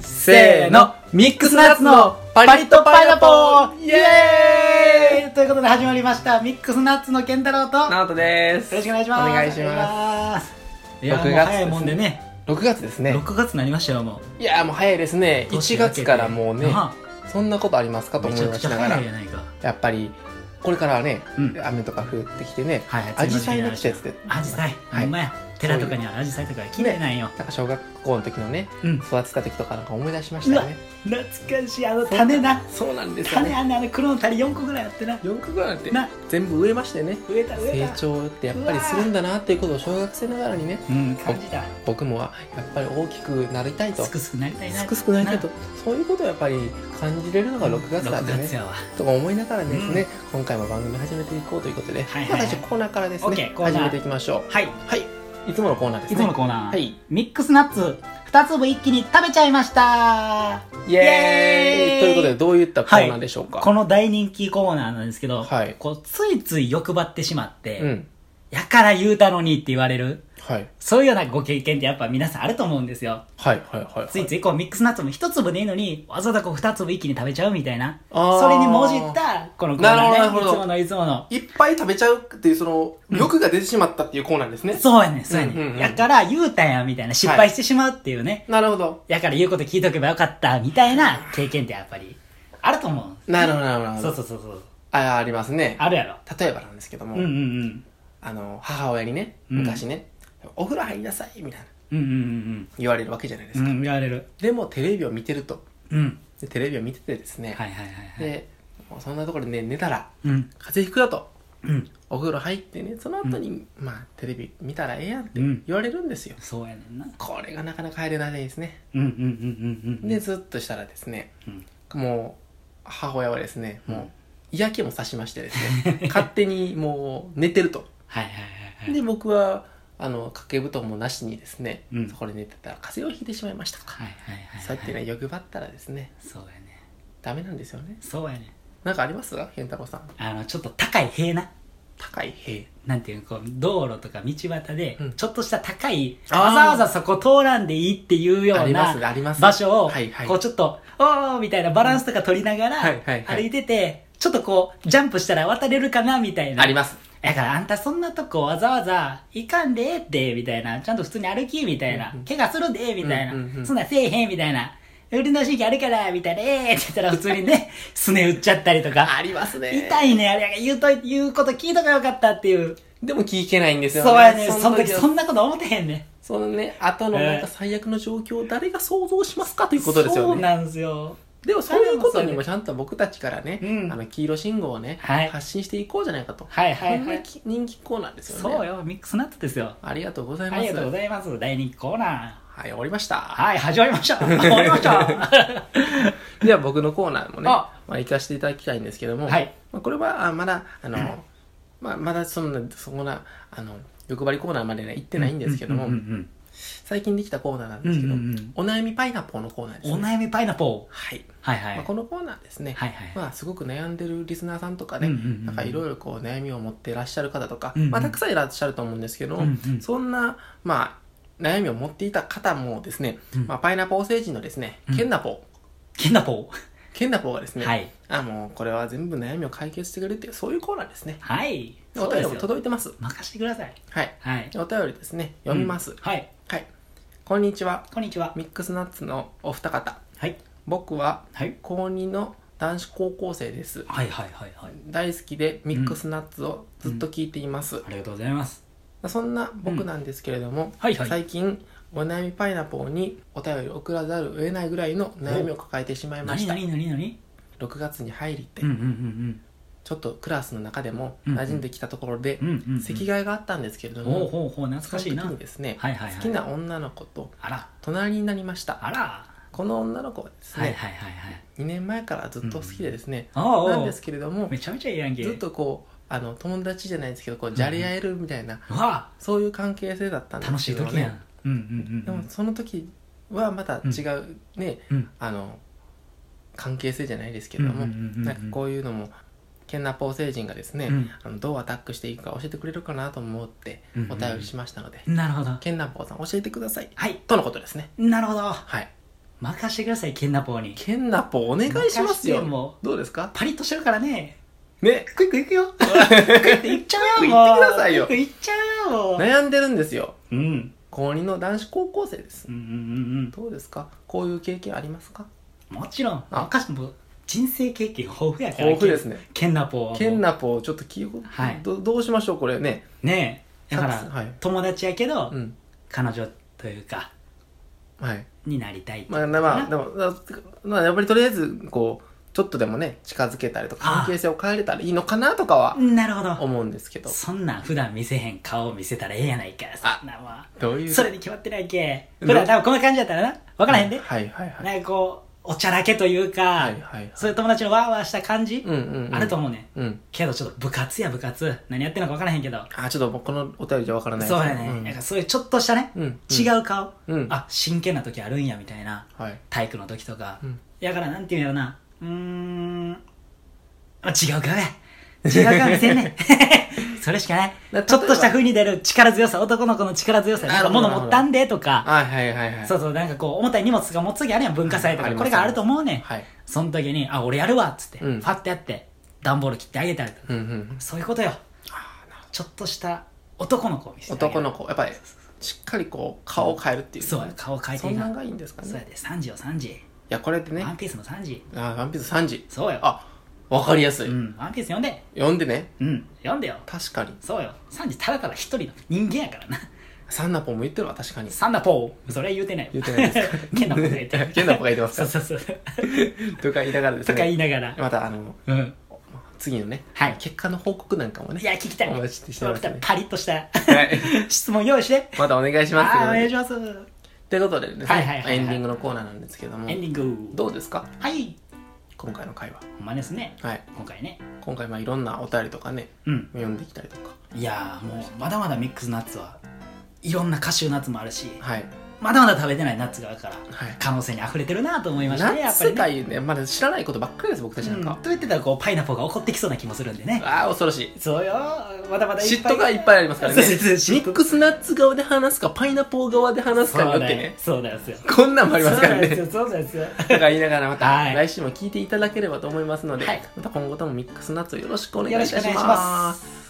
せーのミックスナッツのパリッとパイナポーイエーイということで始まりましたミックスナッツの健太郎とよナオトですろしくお願いしますお願いしまますいやもう6月早いもんでねす6月ですね6月になりましたよもいやーもう早いですねう1月からもうねなそんなことありますかあとめ思ちいゃまくしちゃなが早らいじゃないかやっぱりこれからはねうん雨とか降ってきてねはいアジサイの季節でアジサイはいほんまや寺とかにあるアジサイとか綺麗なんよなんか小学校の時のねうん育てた時とかなんか思い出しましたよね懐かしいあの種なそうなんですよ種ねあんねあの黒の種4個ぐらいあってな4個ぐらいってな全部植えましてね植えた植え成た長ってやっぱりするんだなっていうことを小学生ながらにねうん感じた僕もはやっぱり大きくなりたいとすくすくなりたいなすくすくなりたいとそういうことをやっぱり感じれるのが6月だって6月ねやわとか思いながらですね、今回も番組始めていこうということで、はいはいはいまず最初コーナーからですオッケーねコーナー始めていきましょはい、うはいいつものコーナーですいねつものコーナー、はいミックスナッツ2粒一気に食べちゃいましたイエーイということでどういったコーナーでしょうかこの大人気コーナーなんですけど、はいこうついつい欲張ってしまって、うんやから言うたのにって言われるはいそういうようなご経験ってやっぱ皆さんあると思うんですよはいはいはいはいついついこうミックスナッツも1粒でいいのにわざわざこう2粒一気に食べちゃうみたいなあーそれにもじったこのコーナー、ね、なるほどいなるつほもどのいつものいっぱい食べちゃうっていうその欲が出てしまったっていうコーナーですね、そうやねんそうやねん、うんうんうんやから言うたんやみたいな失敗してしまうっていうね、なるほどやから言うこと聞いとけばよかったみたいな経験ってやっぱりあると思う。なるほどなるほどなるほそうどそうそうそう。あありますねあるやろ。例えばなんですけども、うんうんあの母親にねうん昔ね、お風呂入りなさいみたいなうん。うんうん言われるわけじゃないでうすんうか、ん。うん、言われる。でもテレビを見てるとうん。でテレビを見ててですね、はいはいはいはい。でもうそんなところで、ね、寝たらうん。風邪ひくよとうん。お風呂入ってねその後に、まあテレビ見たらええやんってうん言われるんですよ、そうやねんな。これがなかなか入れないですねうんうんうんうんうん。でずっとしたらですねうん、もう母親はですねもう、うん嫌気もさしましてですね勝手にもう寝てるとはいはいはいはい。で僕はあの掛け布団もなしにですね、うんそこで寝てたら風邪をひいてしまいましたとか、はいはいはいはい。そうやってね欲張ったらですねそうやね。ダメなんですよねそうやね。なんかありますか健太郎さんあの、ちょっと高い塀な。高い塀なんていうのこう、道路とか道端でうん、ちょっとした高い、あーわざわざそこ通らんでいいっていうよあうりまなすあります場所をはいは、いこうちょっと、おーみたいなバランスとか取りながらはいはい、はい歩いてて、ちょっとこう、ジャンプしたら渡れるかなみたいな。ありますだからあんたそんなとこわざわざ行かんでええって、みたいな。ちゃんと普通に歩き、みたいなうんうん。怪我するで、みたいなうんうんう。んそんなんせえへん、みたいな。運動神経あるから、みたいな、ええって言ったら普通 にね、すね打っちゃったりとか。ありますね痛いね、あれ言うと、言うこと聞いとかよかったっていう。でも聞けないんですよねそうやねその時はそんなこと思ってへんねそのね後のなんえーか最悪の状況を誰が想像しますかということですそようねなんですよでもそういうことにもちゃんと僕たちからね、うんあの黄色信号をね、はい発信していこうじゃないかと、はいはいはこんないき人気コーナーですよねそうよミックスナットですよありがとうございあますりがとうございます大人気コーナはい終わりましたーはい始まりました終わりましたでは僕のコーナーもね、あまあ、行かせていただきたいんですけども、はいまあ、これはあまだあの、 まあ、まだそんなそんなあの欲張りコーナーまで、ね、行ってないんですけども、 うんうん最近できたコーナーなんですけど、うんうんうんお悩みパイナポーのコーナーでうす、んおね、悩みパイナポーはい、はいはいまあ、このコーナーですね、はいはいまあ、すごく悩んでるリスナーさんとかね、うんうんうんなんかいろいろこう悩みを持っていらっしゃる方とか、うんうんまあ、たくさんいらっしゃると思うんですけど、うんうんそんな、まあ、悩みを持っていた方もですね、うんまあ、パイナポー星人のですね、うんケンナポー、ケンナポケンナポーがですーね、はいあもうこれは全部悩みを解決してくれるっていうそういうコーナーですねはいおそうで便りすもよ届いてます任してくださいはいはいお便りですね読みます、うんはいはいこんにちはこんにちはミックスナッツのお二方はい僕ははい高2の男子高校生ですはいはいはいはい大好きでミックスナッツをずっと聞いています、ありがとうございますそんな僕なんですけれども、はいはい最近お悩みパイナポーにお便りを送らざるを得ないぐらいの悩みを抱えてしまいま何した何何何6月に入りって、うんうんうんちょっとクラスの中でもうんうん馴染んできたところで、うんうんうんうん席替えがあったんですけれどほも、うほうほう懐そかのし時いなにですね、はいはいはい好きな女の子とあら隣になりましたあらこの女の子はですね、はいはいはいはい2年前からずっと好きでですね、ああなんですけれどもめちゃめちゃええやんけずっとこうあの友達じゃないですけどこうじゃれ合えるみたいな、うわそういう関係性だったんで楽すしけどいね時やんうんうんでもその時はまた違うね、うんうんあの関係性じゃないですけれども、うんうんうんうんなんかこういうのもケンナポー星人がですね、うんあのどうアタックしていくか教えてくれるかなと思ってうんうんうおん便りしましたので、なるほどケンナポーさん教えてくださいはいとのことですねなるほどはい任してくださいケンナポーにケンナポお願いします任せてもよ。どうですかパリッとしてるからね ね、クイックいく よ。クイッといっちゃうよもクうイッと行ってくださいよクイッと行っちゃうよもう悩んでるんですよ。うんうん高2の男子高校生ですう。んうんどうですかこういう経験ありますかうんもちろんあ任してもう人生経験豊富やから豊富ですね。ケンナポーはもうケンナポちょっと聞いはいどどうしましょうこれね。ねえだかさはらい友達やけどうん。彼女というかはい。になりたいってまあ、まあ、でも、だまあ、やっぱりとりあえず、こう、ちょっとでもね、近づけたりとああか、関係性を変えれたらいいのかなとかはなるほど思うんですけど。そんなん普段見せへん顔を見せたらええやないかあそんなんはどういう。それに決まってないけう普ん段多分こんな感じだったらな分からへんで、はいはいはい。なんかこうおちゃらけというか、はいはいそういう友達のワーワーした感じ、うんうんうんあると思うねんうん。けどちょっと部活や部活何やってんのか分からへんけどあ、ちょっと僕のお便りじゃわからないそうやね、なんかそういうちょっとしたね、うんうん違う顔、うんあ真剣な時あるんやみたいなはい。体育の時とか、うんやからなんていうんやろなうーんあ違う顔や違う顔見せんね んそれしかないだちょっとした風に出る力強さ男の子の力強さななんるかほど物持ったんでとかはいはいはいはい。そうそうなんかこう重たい荷物が持つ時あるやん文化祭とあかりますこれがあると思うねんはい。その時に「あ俺やるわ」っつって、うんファッてやって段ボール切ってあげたりとかうんうん。そういうことよあーなるほちょっとした男の子を見せどてあげる男の子、やっぱり、しっかりこう、顔を変えるっていう。そうや顔を変えてそいんかなんんがいいんですかそうやね。で3時よ3時いや、これでねワ、ンピースの3時あーワンピース3時。そうよあ、わかりやすうい。んワンピース読んで読んでね。うん読んでよ確かに。そうよサンジただただ一人の人間やからなサンナポンも言ってるわ、確かに。サンダポーそれは言うてない言うてないですかケンナポーが言 ってるケンナポーが言ってますそかうそうそうとか言いながらです とね。か言いながらまた、あの、うん次のね、はい結果の報告なんかもね。いや聞きたいお待ちしてますねパリッとしたはい。質問用意してまたお願いしますあーお願いということでしますということでですね、はいはいはいはいエンディングのコーナーなんですけどもエ、ンディングどうですかはい今回の会話。ほんまですねはい。今回ね今回、まあいろんなお便りとかね、うん読んできたりとか。いやーもうまだまだミックスナッツはいろんなカシューナッツもあるしはい。まだまだ食べてないナッツがあるからはい可能性に溢れてるなと思いました夏ねやっぱり世ね界ね、まだ知らないことばっかりです、僕たちなんうんか。と言ってたらこうパイナポーが怒ってきそうな気もするんでねああ、恐ろしい。そうよまだまだ嫉妬がいっぱいありますからね。そうミそうそうックスナッツ側で話すか、パイナポー側で話すかによってね。そうなんですよこんなんもありますからそうなんですね。よそうなんですよとか言いながらまたはい来週も聞いていただければと思いますので、はいまた今後ともミックスナッツをよろしくお願いいよろたししくおま願いすします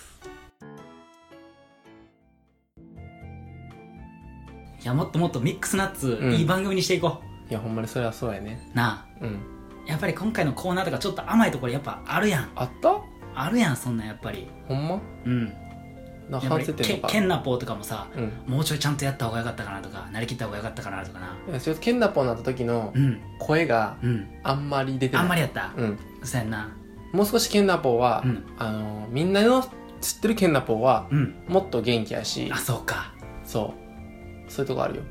いやもっともっとミックスナッツ、うんいい番組にしていこいやほんまにそれはそうやねうなうんあやっぱり今回のコーナーとかちょっと甘いところやっぱあるやんあったあるやんそんなんやっぱりほんまうんなやっぱ反り省け点とかけんなぽーとかもさうんもうちょいちゃんとやった方がよかったかなとかなりきった方がよかったかなとかないやちょっとケンナポンになった時のうん声がうんあんまり出てなあいんまりやったうんそうやんなもう少しケンナポンは、うんあのみんなの知ってるケンナポンはうんもっと元気やしあそうかそうそういうとこあるよ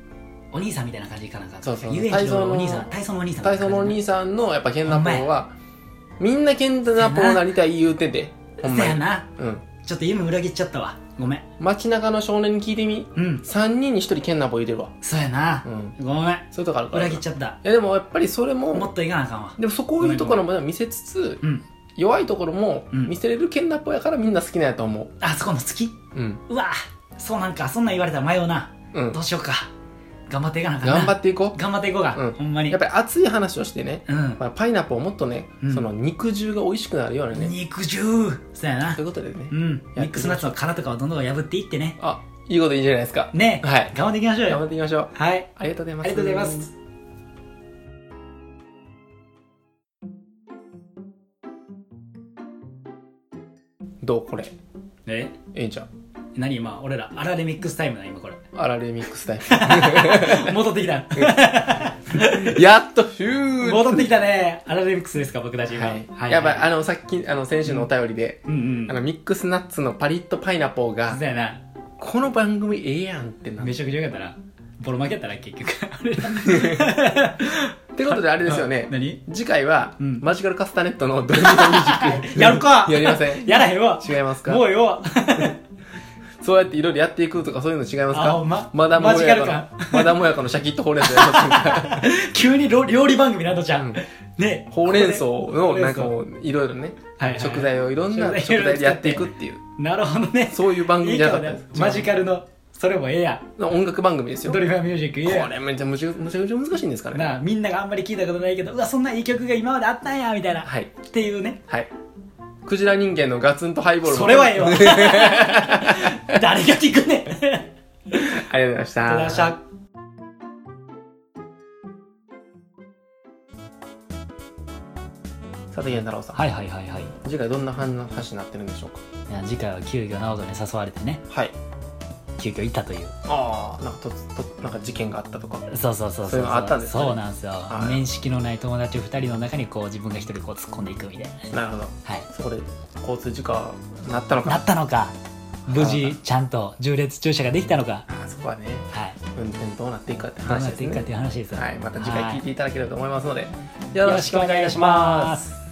お兄さんみたいな感じいかなんかったそうそう遊園地のお兄さん体体操のお兄さん体操のお兄ささんのやっぱケンナポンはみんなケンナポンになりたい言うててほんそまうやになうんちょっと夢裏切っちゃったわごめん街中の少年に聞いてみうん3人に1人ケンナポン入れるわそうやなう、んごめんそういうとこあるから裏切っちゃったいやでもやっぱりそれももっといかなあかんわでもそこいうところも見せつつうん弱いところもうん見せれるケンナポンやからみんな好きなんやと思あそこの好きううんうわそうなんかそんなん言われたら迷うなうんどうしようか頑張っていかなあかんな頑張っていこ頑張っていこうか、うんほんまうにやっぱり熱い話をしてねうん、まあパイナップルをもっとねうんその肉汁が美味しくなるようにね肉汁そうやなということでねうんきましょうミックスナッツの殻とかをどんどん破っていってねあいいこといいじゃないですかねえ、はい頑張っていきましょう頑張よっていきましょうはいありがとうございまあすりがとうございますどうこれえええんちゃん何今俺らアラレミックスタイムな今 これあられミックスタイ戻ってきたム やっとヒュー戻ってきたねアラレミックスですか僕たち今はい、やっぱあのさっきあの先週のお便りで、うんうんあのミックスナッツのパリッとパイナポーがそうやなこの番組ええやんってなっめちゃくちゃよかったなボロ負けやったな 結局俺らてことであれですよね 何次回は、うんマジカルカスタネットのドリームミュージック やるか やりません やらへんわ違いますかもうよそうやっていろいろやっていくとかそういうの違いますあかほんままだもやかマジのまだもやかのシャキッとほうれん草やりません か急にろ料理番組などちゃん、うんねえほうれん草ここのでなんかもういろいろねはいはい食材をいろんな食材食材でやっていくっていうなるほどねそういう番組じゃなかったいいでかすもねマジカルのそれもええや音楽番組ですんよドこリファーミュージックええやんれめちゃむちゃむちゃむちゃ難しいんですからねなあみんながあんまり聞いたことないけどうわそんないい曲が今まであったんやみたいな、はいっていうねはいクジラ人間のガツンとハイボールもそれはええ わ 誰が聞くねんありがとうありがとうございましたございましたさて源太郎さんはいはいはいはいい次回どんな話になってるんでしょうかや次回は急遽直人に誘われてねはい急遽行ったというああなんかととなんか事件があったとかそうそうそうそういうのあったんですねそうなんですよ、はい面識のない友達2人の中にこう自分が1人こう突っ込んでいくみたいななるほどはいそこで交通事故になったのなかったのか無事ちゃんと縦列駐車ができたのかあーそこはねはい運転どうなっていくかってどう話なっですていくかっていねう話ですよ、はいまた次回は聞いいていただければと思いますのでよろしくお願いいたします